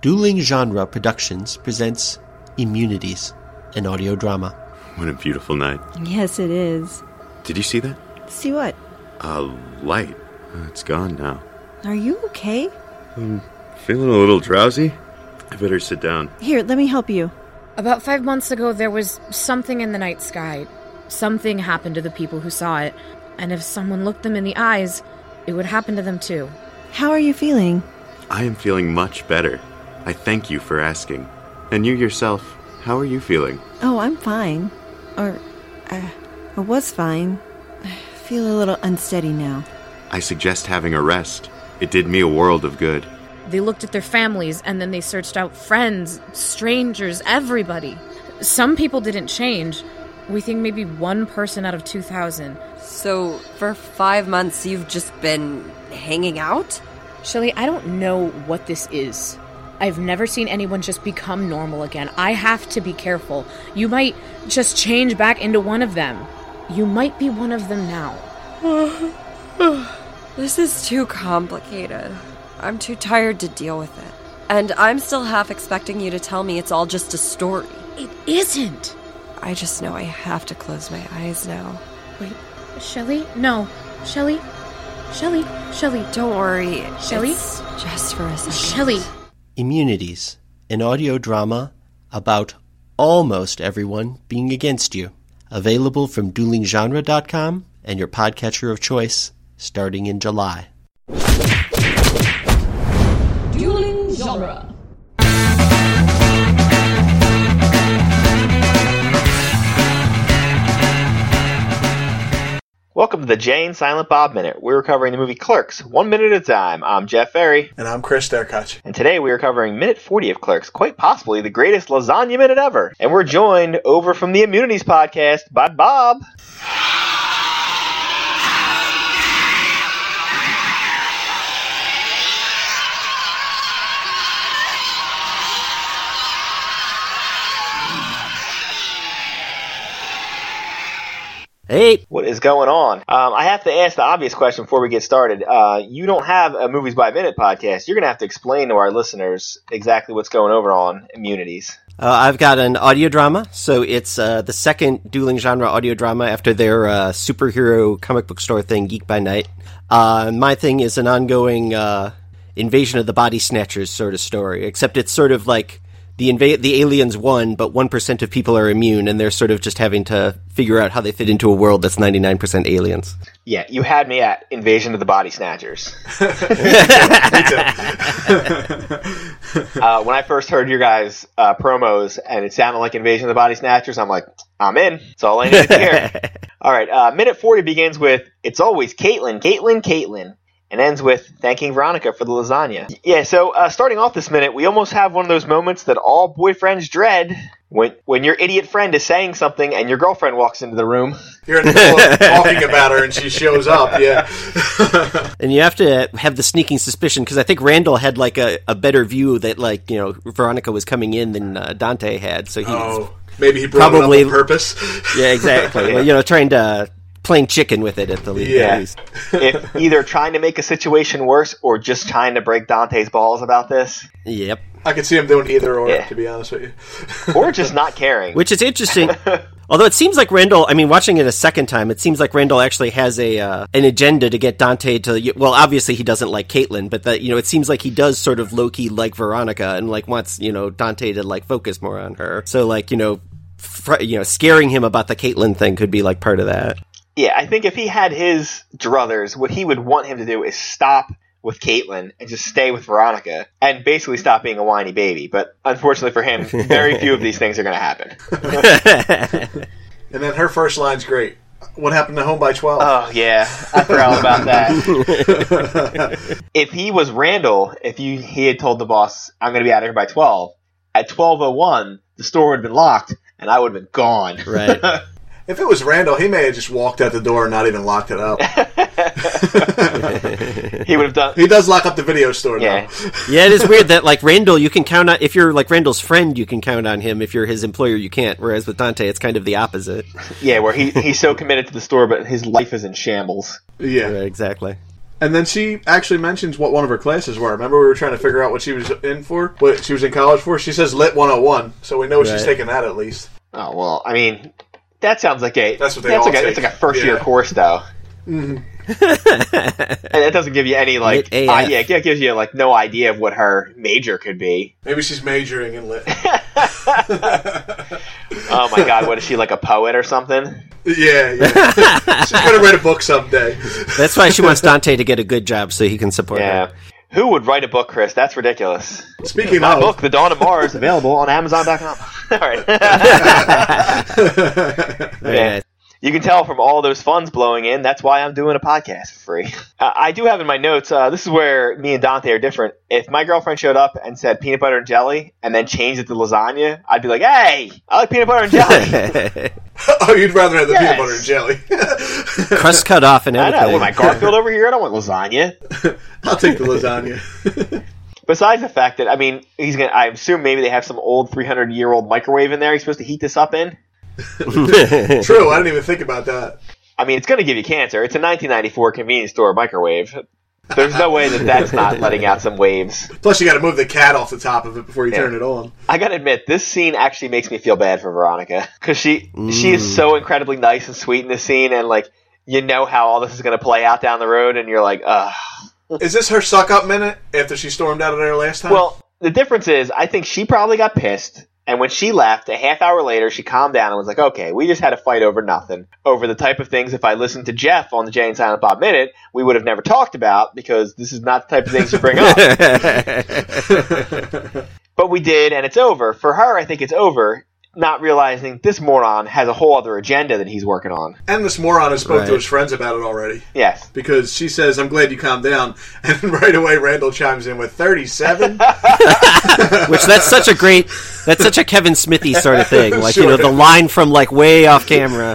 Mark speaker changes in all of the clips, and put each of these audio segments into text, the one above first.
Speaker 1: Dueling Genre Productions presents Immunities, an audio drama.
Speaker 2: What a beautiful night.
Speaker 3: Yes, it is.
Speaker 2: Did you see that?
Speaker 3: See what?
Speaker 2: A light. Uh, It's gone now.
Speaker 3: Are you okay?
Speaker 2: Feeling a little drowsy? I better sit down.
Speaker 3: Here, let me help you.
Speaker 4: About five months ago, there was something in the night sky. Something happened to the people who saw it, and if someone looked them in the eyes, it would happen to them too.
Speaker 3: How are you feeling?
Speaker 2: I am feeling much better. I thank you for asking. And you yourself, how are you feeling?
Speaker 3: Oh, I'm fine. Or, uh, I was fine. I feel a little unsteady now.
Speaker 2: I suggest having a rest. It did me a world of good.
Speaker 4: They looked at their families, and then they searched out friends, strangers, everybody. Some people didn't change. We think maybe one person out of 2,000.
Speaker 5: So, for five months, you've just been hanging out?
Speaker 4: Shelly, I don't know what this is. I've never seen anyone just become normal again. I have to be careful. You might just change back into one of them. You might be one of them now.
Speaker 5: This is too complicated. I'm too tired to deal with it. And I'm still half expecting you to tell me it's all just a story.
Speaker 4: It isn't.
Speaker 5: I just know I have to close my eyes now.
Speaker 4: Wait, Shelly? No. Shelly? Shelly? Shelly?
Speaker 5: Don't worry.
Speaker 4: Shelley?
Speaker 5: It's just for a second.
Speaker 4: Shelly!
Speaker 1: Immunities, an audio drama about almost everyone being against you. Available from duelinggenre.com and your podcatcher of choice starting in July.
Speaker 6: Dueling Genre.
Speaker 7: Welcome to the Jane Silent Bob Minute. We're covering the movie Clerks, one minute at a time. I'm Jeff Ferry,
Speaker 8: And I'm Chris Derkach.
Speaker 7: and today we are covering minute 40 of Clerks, quite possibly the greatest lasagna minute ever. And we're joined over from the Immunities podcast by Bob.
Speaker 9: Hey,
Speaker 7: What is going on? Um, I have to ask the obvious question before we get started. Uh, you don't have a Movies by Minute podcast. You're going to have to explain to our listeners exactly what's going over on Immunities.
Speaker 9: uh, I've got an audio drama. So it's uh, the second dueling genre audio drama after their uh, superhero comic book store thing, Geek by Night. Uh, my thing is an ongoing uh, invasion of the body snatchers sort of story, except it's sort of like the inva- the aliens won, but one percent of people are immune, and they're sort of just having to figure out how they fit into a world that's ninety nine percent aliens.
Speaker 7: Yeah, you had me at Invasion of the Body Snatchers. uh, when I first heard your guys' uh, promos and it sounded like Invasion of the Body Snatchers, I'm like, I'm in. It's all I need to hear. all right, uh, minute 40 begins with It's always Caitlin, Caitlin, Caitlin. And ends with thanking Veronica for the lasagna. Yeah, so uh, starting off this minute, we almost have one of those moments that all boyfriends dread when when your idiot friend is saying something and your girlfriend walks into the room.
Speaker 8: You're in the middle of talking about her and she shows up. Yeah.
Speaker 9: And you have to have the sneaking suspicion because I think Randall had like a, a better view that like you know Veronica was coming in than uh, Dante had, so he was
Speaker 8: Oh, maybe he brought
Speaker 9: Probably-
Speaker 8: it up on purpose.
Speaker 9: Yeah, exactly. Well, you know, trying to playing chicken with it at the le- at least.
Speaker 8: Yeah.
Speaker 7: if either trying to make a situation worse or just trying to break Dante's balls about this,
Speaker 9: Yep.
Speaker 8: I could see him doing either or,
Speaker 7: Yeah.
Speaker 8: to be honest with you.
Speaker 7: or just not caring.
Speaker 9: Which is interesting. Although it seems like Randall, I mean, watching it a second time, it seems like Randall actually has a uh, an agenda to get Dante to. Well, obviously he doesn't like Caitlin, but that you know, it seems like he does sort of low key like Veronica and like wants you know Dante to like focus more on her. So like you know, fr- you know, scaring him about the Caitlin thing could be like part of that.
Speaker 7: yeah, I think if he had his druthers, what he would want him to do is stop with Caitlyn and just stay with Veronica and basically stop being a whiny baby. But unfortunately for him, very few of these things are going to happen.
Speaker 8: And then her first line's great. What happened to Home by 12?
Speaker 7: Oh yeah, I forgot all about that. if he was Randall, if you he had told the boss, "I'm going to be out of here by 12," at 12:01, the store would have been locked and I would have been gone.
Speaker 9: Right.
Speaker 8: if it was Randall, he may have just walked out the door and not even locked it up.
Speaker 7: He would have done.
Speaker 8: he does lock up the video store,
Speaker 7: Yeah.
Speaker 8: though.
Speaker 9: Yeah, it is weird that like Randall, you can count on if you're like Randall's friend, you can count on him. If you're his employer, you can't. Whereas with Dante, it's kind of the opposite.
Speaker 7: Yeah, where he, he's so committed to the store, but his life is in shambles.
Speaker 8: Yeah.
Speaker 9: Right, exactly.
Speaker 8: And then she actually mentions what one of her classes were. Remember, we were trying to figure out what she was in for, what she was in college for. She says Lit 101, so we know she's
Speaker 9: Right.
Speaker 8: taking that at least.
Speaker 7: Oh well, I mean, that sounds like a
Speaker 8: That's what they
Speaker 7: that's
Speaker 8: all
Speaker 7: like a,
Speaker 8: take.
Speaker 7: It's like a first year
Speaker 8: Yeah.
Speaker 7: course though. Mm-hmm. and it doesn't give you any like
Speaker 9: Lit
Speaker 7: uh,
Speaker 9: AF.
Speaker 7: yeah, it gives you like no idea of what her major could be.
Speaker 8: Maybe she's majoring in Lit.
Speaker 7: Oh my god, what is she like a poet or something?
Speaker 8: yeah, yeah. she's gonna write a book someday.
Speaker 9: That's why she wants Dante to get a good job so he can support
Speaker 7: Yeah.
Speaker 9: her.
Speaker 7: Who would write a book, Chris? That's ridiculous.
Speaker 8: Speaking
Speaker 7: My
Speaker 8: of,
Speaker 7: book, The Dawn of Mars, available on Amazon.com. All right.
Speaker 9: Yeah.
Speaker 7: You can tell from all those funds blowing in, that's why I'm doing a podcast for free. Uh, I do have in my notes, uh, this is where me and Dante are different. If my girlfriend showed up and said peanut butter and jelly and then changed it to lasagna, I'd be like, hey, I like peanut butter and jelly.
Speaker 8: oh, you'd rather have the
Speaker 7: Yes.
Speaker 8: peanut butter and jelly.
Speaker 9: Crust cut off and
Speaker 7: I
Speaker 9: everything.
Speaker 7: know, oh with my Garfield over here, I don't want lasagna.
Speaker 8: I'll take the lasagna.
Speaker 7: Besides the fact that, I mean, he's gonna, I assume maybe they have some old 300 year old microwave in there he's supposed to heat this up in.
Speaker 8: True, I didn't even think about that.
Speaker 7: I mean, it's going to give you cancer. It's a 1994 convenience store microwave. There's no way that that's not letting out some waves.
Speaker 8: Plus, you got to move the cat off the top of it before you turn it on.
Speaker 7: I got to admit, this scene actually makes me feel bad for Veronica because she she is so incredibly nice and sweet in this scene, and like you know how all this is going to play out down the road, and you're like, ugh.
Speaker 8: Is this her suck up minute after she stormed out of there last time?
Speaker 7: Well, the difference is, I think she probably got pissed, and when she left, a half hour later, she calmed down and was like, okay, we just had a fight over nothing. Over the type of things, if I listened to Jeff on the Jay and Silent Bob Minute, we would have never talked about because this is not the type of things you bring up. but we did, and it's over. For her, I think it's over. Not realizing this moron has a whole other agenda that he's working on.
Speaker 8: and this moron has spoke
Speaker 9: Right.
Speaker 8: to his friends about it already
Speaker 7: Yes.
Speaker 8: because she says, "I'm glad you calmed down," and right away Randall chimes in with 37.
Speaker 9: Which that's such a great, that's such a Kevin Smithy sort of thing. Like you know
Speaker 8: Sure.
Speaker 9: the line from like way off camera.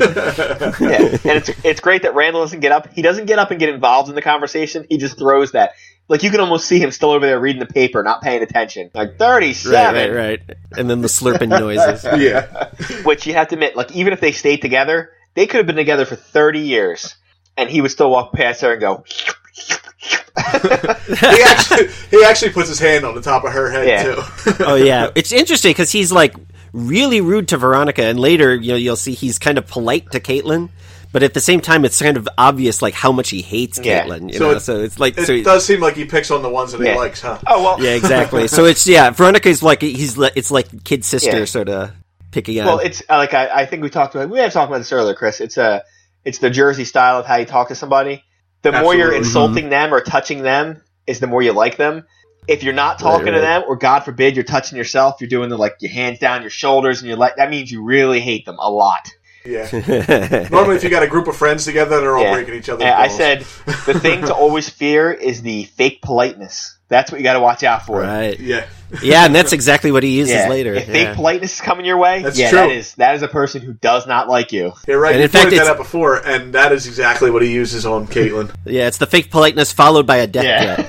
Speaker 7: Yeah. and it's it's great that Randall doesn't get up. He doesn't get up and get involved in the conversation. He just throws that. Like you can almost see him still over there reading the paper, not paying attention. Like
Speaker 9: Right,
Speaker 7: thirty-seven,
Speaker 9: right, right. And then the slurping noises.
Speaker 8: yeah,
Speaker 7: which you have to admit, like even if they stayed together, they could have been together for thirty years, and he would still walk past her and go,
Speaker 8: he actually he actually puts his hand on the top of her head
Speaker 7: Yeah.
Speaker 8: too.
Speaker 9: Oh yeah, it's interesting because he's like really rude to Veronica, and later you know you'll see he's kind of polite to Caitlin, but at the same time it's kind of obvious like how much he hates
Speaker 7: Yeah.
Speaker 9: Caitlin. You
Speaker 8: So
Speaker 9: know,
Speaker 8: it-
Speaker 9: so it's like
Speaker 8: it
Speaker 9: so he-
Speaker 8: does seem like he picks on the ones that
Speaker 7: Yeah.
Speaker 8: he likes, huh?
Speaker 7: "Oh well,
Speaker 9: yeah, exactly. so it's yeah, Veronica's like he's li- it's like kid sister
Speaker 7: Yeah.
Speaker 9: sort of picking on.
Speaker 7: Well, it's uh, like I, I think we talked about. We have talked about this earlier, Chris. It's a it's the Jersey style of how you talk to somebody. The more you're
Speaker 8: Absolutely.
Speaker 7: insulting
Speaker 9: Mm-hmm.
Speaker 7: them or touching them, is the more you like them. If you're not talking to
Speaker 9: right.
Speaker 7: them, or God forbid, you're touching yourself, you're doing the like your hands down your shoulders, and you're like that means you really hate them a lot.
Speaker 8: Yeah. Normally, if you got a group of friends together, they're all
Speaker 7: Yeah.
Speaker 8: breaking each other's
Speaker 7: And I
Speaker 8: balls.
Speaker 7: said the thing to always fear is the fake politeness. That's what you got to watch out for.
Speaker 9: right.
Speaker 8: "Yeah,
Speaker 9: Yeah, and that's exactly what he uses
Speaker 7: Yeah.
Speaker 9: later.
Speaker 7: If
Speaker 9: yeah.
Speaker 7: fake politeness is coming your way,
Speaker 8: That's
Speaker 7: yeah,
Speaker 8: true.
Speaker 7: that is that is a person who does not like you.
Speaker 8: yeah, right."
Speaker 9: And
Speaker 8: you
Speaker 9: in fact,
Speaker 8: pointed that
Speaker 9: it's-
Speaker 8: out before, and that is exactly what he uses on Caitlin.
Speaker 9: Yeah, it's the fake politeness followed by a death
Speaker 7: Yeah.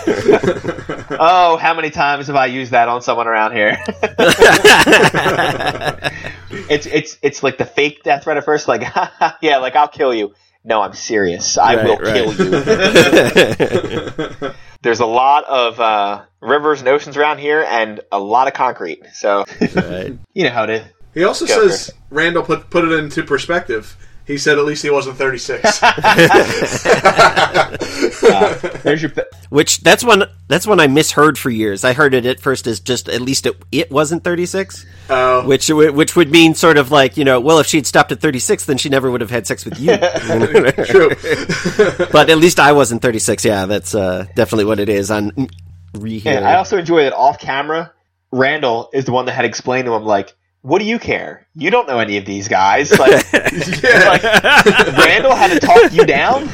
Speaker 9: threat.
Speaker 7: Yeah. oh, how many times have I used that on someone around here? it's it's it's like the fake death threat at first, like yeah, like I'll kill you. No, I'm serious. I
Speaker 9: Right,
Speaker 7: will
Speaker 9: right.
Speaker 7: kill you. There's a lot of uh, rivers and oceans around here, and a lot of concrete. So
Speaker 9: Right.
Speaker 7: you know how to.
Speaker 8: He also
Speaker 7: Go for
Speaker 8: says Randall put put it into perspective. He said at least he wasn't 36.
Speaker 7: There's your.
Speaker 9: Which that's one that's one I misheard for years. I heard it at first as just at least it, it wasn't 36,
Speaker 8: Oh.
Speaker 9: which w- which would mean sort of like you know, well, if she'd stopped at 36, then she never would have had sex with you.
Speaker 8: True.
Speaker 9: but at least I wasn't 36. Yeah, that's uh, definitely what it is. On mm, rehearing.
Speaker 7: And I also enjoy that off camera, Randall is the one that had explained to him like. What do you care? You don't know any of these guys. Like, like Randall had to talk you down.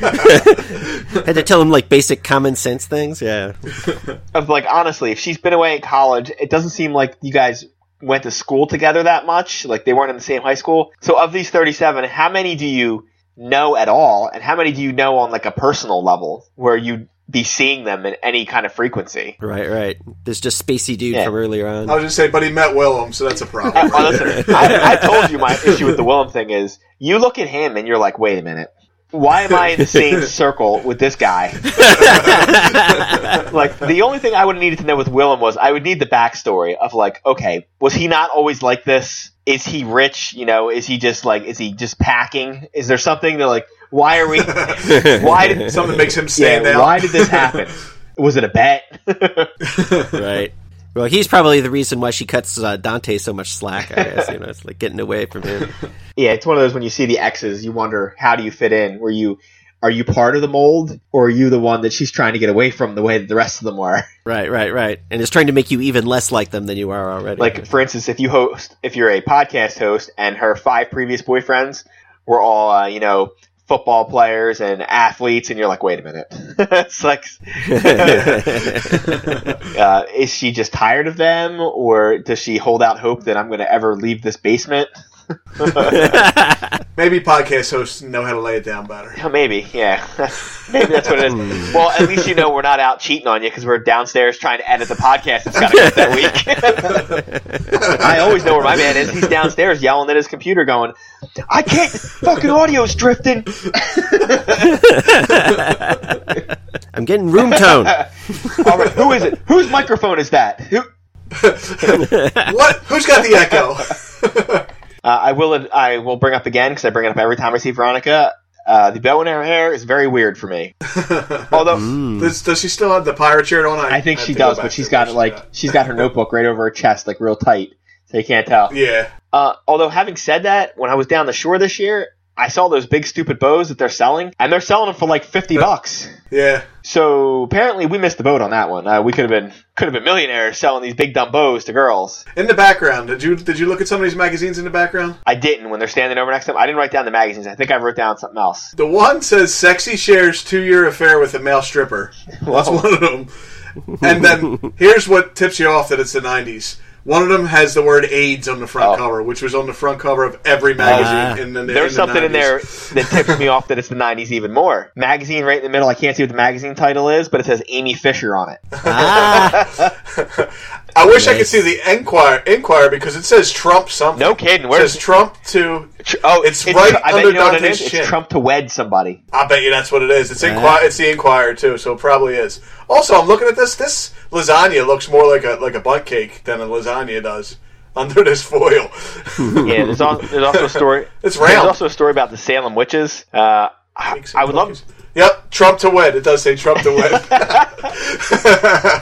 Speaker 9: had to tell him like basic common sense things. Yeah,
Speaker 7: of like honestly, if she's been away at college, it doesn't seem like you guys went to school together that much. Like they weren't in the same high school. So of these thirty-seven, how many do you know at all, and how many do you know on like a personal level where you'd be seeing them in any kind of frequency?
Speaker 9: right, right. There's just spacey dude
Speaker 7: Yeah. Oh.
Speaker 9: from earlier on.
Speaker 8: I was just saying, but he met Willem, so that's a problem.
Speaker 7: Honestly, I, I told you my issue with the Willem thing is you look at him and you're like, wait a minute. why am I in the same circle with this guy? like the only thing I would have needed to know with Willem was I would need the backstory of like, okay, was he not always like this? Is he rich? You know, is he just like is he just packing? Is there something that like why are we why did
Speaker 8: Something makes him
Speaker 7: yeah,
Speaker 8: stand out.
Speaker 7: why did this happen? Was it a bet?
Speaker 9: right. Well, he's probably the reason why she cuts uh, Dante so much slack. I guess you know it's like getting away from him.
Speaker 7: yeah, it's one of those when you see the X's, you wonder how do you fit in? Were you are you part of the mold or are you the one that she's trying to get away from the way that the rest of them were?
Speaker 9: Right, right, right. And it's trying to make you even less like them than you are already.
Speaker 7: Like for instance, if you host, if you're a podcast host, and her five previous boyfriends were all uh, you know football players and athletes, and you're like, wait a minute, it's like, uh, is she just tired of them, or does she hold out hope that I'm going to ever leave this basement?
Speaker 8: Maybe podcast hosts know how to lay it down better.
Speaker 7: Oh, Maybe, yeah. Maybe that's what it is. well, at least you know we're not out cheating on you because we're downstairs trying to edit the podcast. It's got to get that week. I always know where my man is. He's downstairs yelling at his computer, going, "I can't! Fucking audio's drifting."
Speaker 9: I'm getting room tone.
Speaker 7: All right, who is it? Whose microphone is that? Who?
Speaker 8: What? Who's got the echo?
Speaker 7: Uh, I will. I will bring up again because I bring it up every time I see Veronica. Uh, the bow and arrow hair is very weird for me. Although
Speaker 8: does, does she still have the pirate shirt on?
Speaker 7: I think
Speaker 8: have
Speaker 7: she
Speaker 8: to go
Speaker 7: does,
Speaker 8: back
Speaker 7: but she's
Speaker 8: to
Speaker 7: got it
Speaker 8: watch
Speaker 7: like
Speaker 8: that.
Speaker 7: she's got her notebook right over her chest, like real tight, so you can't tell.
Speaker 8: Yeah.
Speaker 7: Uh, although having said that, when I was down the shore this year, I saw those big stupid bows that they're selling, and they're selling them for like fifty bucks.
Speaker 8: Yeah.
Speaker 7: So apparently we missed the boat on that one. Uh, we could have been could have been millionaires selling these big dumb bows to girls.
Speaker 8: In the background, did you did you look at some of these magazines in the background?
Speaker 7: I didn't when they're standing over next to them. I didn't write down the magazines. I think I wrote down something else.
Speaker 8: The one says "sexy shares two year affair with a male stripper." That's one of them. And then here's what tips you off that it's the '90s. One of them has the word AIDS on the front
Speaker 7: Oh.
Speaker 8: cover, which was on the front cover of every magazine. in the,
Speaker 7: There's
Speaker 8: in the
Speaker 7: something in
Speaker 8: 90s.
Speaker 7: there that tips me off that it's the 90s even more. Magazine right in the middle. I can't see what the magazine title is, but it says Amy Fisher on it.
Speaker 8: I wish I could see the Enquire Enquire because it says Trump something.
Speaker 7: No kidding.
Speaker 8: It
Speaker 7: Where's
Speaker 8: says Trump to.
Speaker 7: Tr- oh,
Speaker 8: it's right
Speaker 7: I bet
Speaker 8: under
Speaker 7: you know what it
Speaker 8: Dante's
Speaker 7: is. It's
Speaker 8: chin.
Speaker 7: Trump to wed somebody.
Speaker 8: I bet you that's what it is. It's Enquire. It's the Enquirer too, so it probably is. Also, I'm looking at this. This lasagna looks more like a like a bunt cake than a lasagna does under this foil.
Speaker 7: Yeah, there's also, there's also a story.
Speaker 8: It's
Speaker 7: There's
Speaker 8: round.
Speaker 7: also a story about the Salem witches. Uh, I, I would love.
Speaker 8: Yep, Trump to wed. It does say Trump to wed.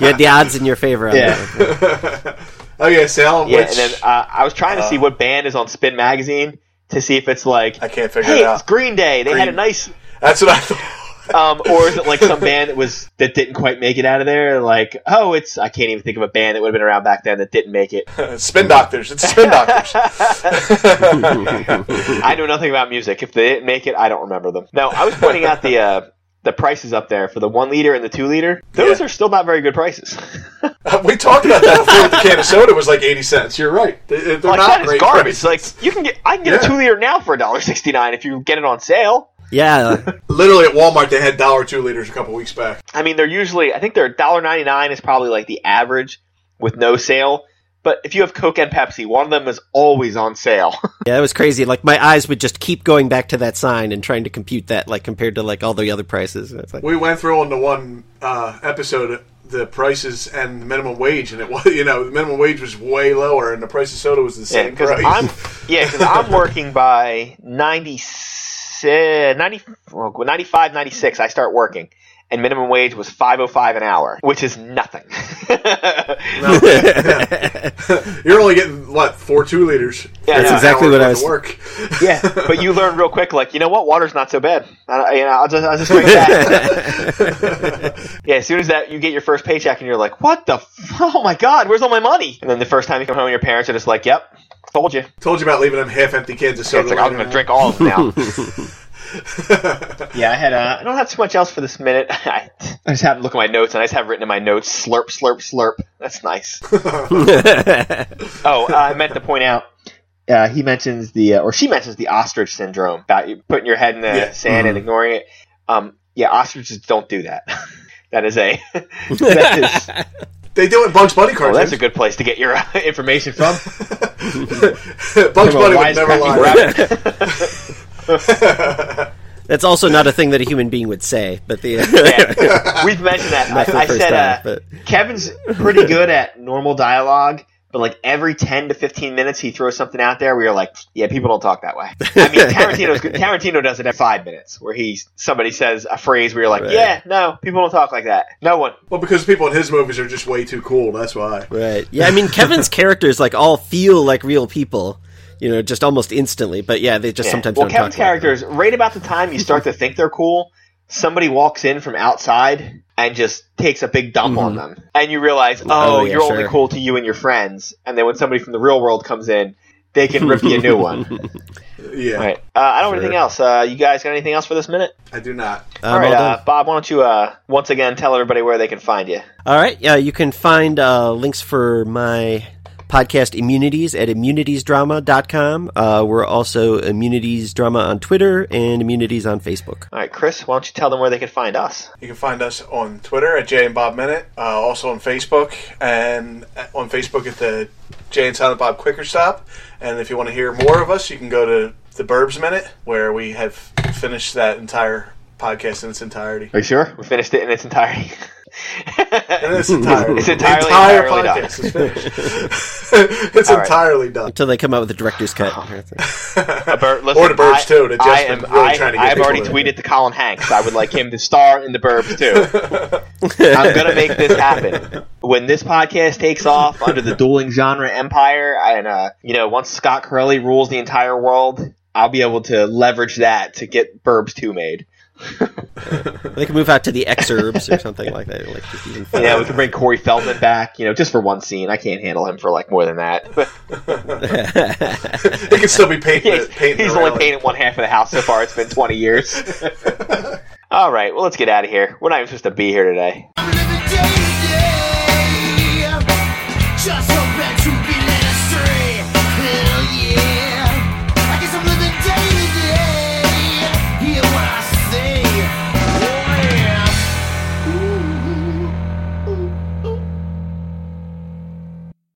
Speaker 9: you had the odds in your favor. On
Speaker 7: Yeah.
Speaker 9: that.
Speaker 8: oh yeah, Salem.
Speaker 7: Yeah,
Speaker 8: which,
Speaker 7: and then uh, I was trying to see what band is on Spin Magazine to see if it's like
Speaker 8: I can't figure
Speaker 7: hey,
Speaker 8: it out.
Speaker 7: it's Green Day. They had a
Speaker 8: Green-
Speaker 7: nice.
Speaker 8: that's what I thought.
Speaker 7: Um, or is it like some band that was that didn't quite make it out of there? Like, oh, it's I can't even think of a band that would have been around back then that didn't make it.
Speaker 8: spin doctors. It's spin doctors.
Speaker 7: I know nothing about music. If they didn't make it, I don't remember them. No, I was pointing out the uh, the prices up there for the one liter and the two liter. Those
Speaker 8: Yeah.
Speaker 7: are still not very good prices.
Speaker 8: we talked about that before. with The can of soda was like eighty cents. You're right. They, they're
Speaker 7: like
Speaker 8: not
Speaker 7: that is
Speaker 8: great
Speaker 7: garbage.
Speaker 8: prices.
Speaker 7: Like you can get, I can get
Speaker 8: Yeah.
Speaker 7: a two liter now for a dollar sixty nine if you get it on sale.
Speaker 9: yeah.
Speaker 8: literally at Walmart, they had dollar two liters a couple weeks back.
Speaker 7: I mean, they're usually I think they're dollar ninety nine is probably like the average with no sale. But if you have Coke and Pepsi, one of them is always on sale.
Speaker 9: Yeah, that was crazy. Like my eyes would just keep going back to that sign and trying to compute that, like compared to like all the other prices. And It's like,
Speaker 8: We went through on the one uh, episode the prices and the minimum wage, and it was you know the minimum wage was way lower, and the price of soda was the same
Speaker 7: because
Speaker 8: price.
Speaker 7: I'm yeah, 'cause I'm working by 90, 90, well, 95, 96, I start working. And minimum wage was five oh five an hour, which is nothing.
Speaker 8: You're only getting what four two liters.
Speaker 7: Yeah, That's
Speaker 8: An
Speaker 9: exactly
Speaker 8: hour
Speaker 9: what I
Speaker 8: worth of
Speaker 9: was-
Speaker 8: Work.
Speaker 7: yeah, but you learn real quick, like you know what, water's not so bad. I, you know, I'll just I'll just drink that. yeah, as soon as that you get your first paycheck, and you're like, what the? F- oh my god, where's all my money? And then the first time you come home, your parents are just like, yep, told you.
Speaker 8: Told you about leaving them half empty cans of soda.
Speaker 7: It's like I'm
Speaker 8: laying
Speaker 7: going to drink
Speaker 8: around.
Speaker 7: all of them now. yeah, I had. Uh, I don't have too much else for this minute. I, I just have to look at my notes, and I just have written in my notes slurp, slurp, slurp. That's nice. oh, uh, I meant to point out. Uh, he mentions the, uh, or she mentions the ostrich syndrome about you putting your head in the
Speaker 8: Yeah.
Speaker 7: sand
Speaker 9: Mm-hmm.
Speaker 7: and ignoring it. Um, yeah, ostriches don't do that. that is a that is,
Speaker 8: They do it in Bugs Bunny
Speaker 7: well,
Speaker 8: cartoons.
Speaker 7: that's a good place to get your uh, information from.
Speaker 8: Bugs
Speaker 7: From a
Speaker 8: Bunny would never
Speaker 7: wisecracking rabbit.
Speaker 8: lie.
Speaker 9: That's also not a thing that a human being would say, but the
Speaker 7: Yeah. We've mentioned that.
Speaker 9: Not for the
Speaker 7: I, I
Speaker 9: first
Speaker 7: said
Speaker 9: time,
Speaker 7: uh,
Speaker 9: but-
Speaker 7: Kevin's pretty good at normal dialogue, but like every ten to fifteen minutes, he throws something out there. We are like, yeah, people don't talk that way. I mean, Tarantino's good. Tarantino does it at five minutes, where he somebody says a phrase. We are like,
Speaker 9: Right.
Speaker 7: yeah, no, people don't talk like that. No one.
Speaker 8: Well, because people in his movies are just way too cool. That's why.
Speaker 9: right. Yeah, I mean Kevin's characters like all feel like real people, you know, just almost instantly. But yeah, they just
Speaker 7: Yeah.
Speaker 9: sometimes
Speaker 7: well,
Speaker 9: don't
Speaker 7: Kevin's
Speaker 9: talk like
Speaker 7: characters right about the time you start to think they're cool, somebody walks in from outside and just takes a big dump on them, and you realize, oh,
Speaker 9: Mm-hmm. yeah,
Speaker 7: you're only
Speaker 9: sure.
Speaker 7: cool to you and your friends. And then when somebody from the real world comes in, they can rip you a new one.
Speaker 8: Yeah,
Speaker 7: All right. Uh, I don't have anything else. Uh, you guys got anything else for this minute?
Speaker 8: I do not.
Speaker 9: that. I'm
Speaker 7: all right,
Speaker 9: all done.
Speaker 7: uh, Bob, why don't you uh, once again tell everybody where they can find you?
Speaker 9: All right. Yeah, you can find uh, links for my podcast Immunities at immunitiesdrama.com. Uh, we're also Immunities Drama on Twitter and Immunities on Facebook.
Speaker 7: All right, Chris, why don't you tell them where they can find us?
Speaker 8: You can find us on Twitter at Jay and Bob Minute, uh, also on Facebook, and at- on Facebook at the Jay and Silent Bob Quicker Stop. And if you want to hear more of us, you can go to the Burbs Minute, where we have finished that entire podcast in its entirety.
Speaker 7: Are you sure? We finished it in its entirety.
Speaker 8: In its entirety.
Speaker 7: It's entirely-
Speaker 8: entire
Speaker 7: entirely done.
Speaker 8: podcast is finished. it's
Speaker 7: right.
Speaker 8: entirely done.
Speaker 9: Until they come out with a director's cut.
Speaker 7: Uh, Bert, listen,
Speaker 8: Or the Burbs,
Speaker 7: I-
Speaker 8: too. They've just
Speaker 7: I
Speaker 8: been
Speaker 7: am.
Speaker 8: really
Speaker 7: I,
Speaker 8: trying to get
Speaker 7: I've
Speaker 8: people
Speaker 7: already
Speaker 8: in.
Speaker 7: tweeted to Colin Hanks. I would like him to star in the Burbs too. I'm gonna make this happen when this podcast takes off under the dueling genre empire, and uh, you know, once Scott Curley rules the entire world, I'll be able to leverage that to get Burbs two made.
Speaker 9: they can move out to the exurbs or something like that. Like just even
Speaker 7: You know, we can bring Corey Feldman back. You know, just for one scene. I can't handle him for like more than that. But
Speaker 8: It can still be painted.
Speaker 7: he's,
Speaker 8: painted
Speaker 7: he's
Speaker 8: around.
Speaker 7: only painted one half of the house so far. It's been 20 years. All right, well, let's get out of here. We're not even supposed to be here today.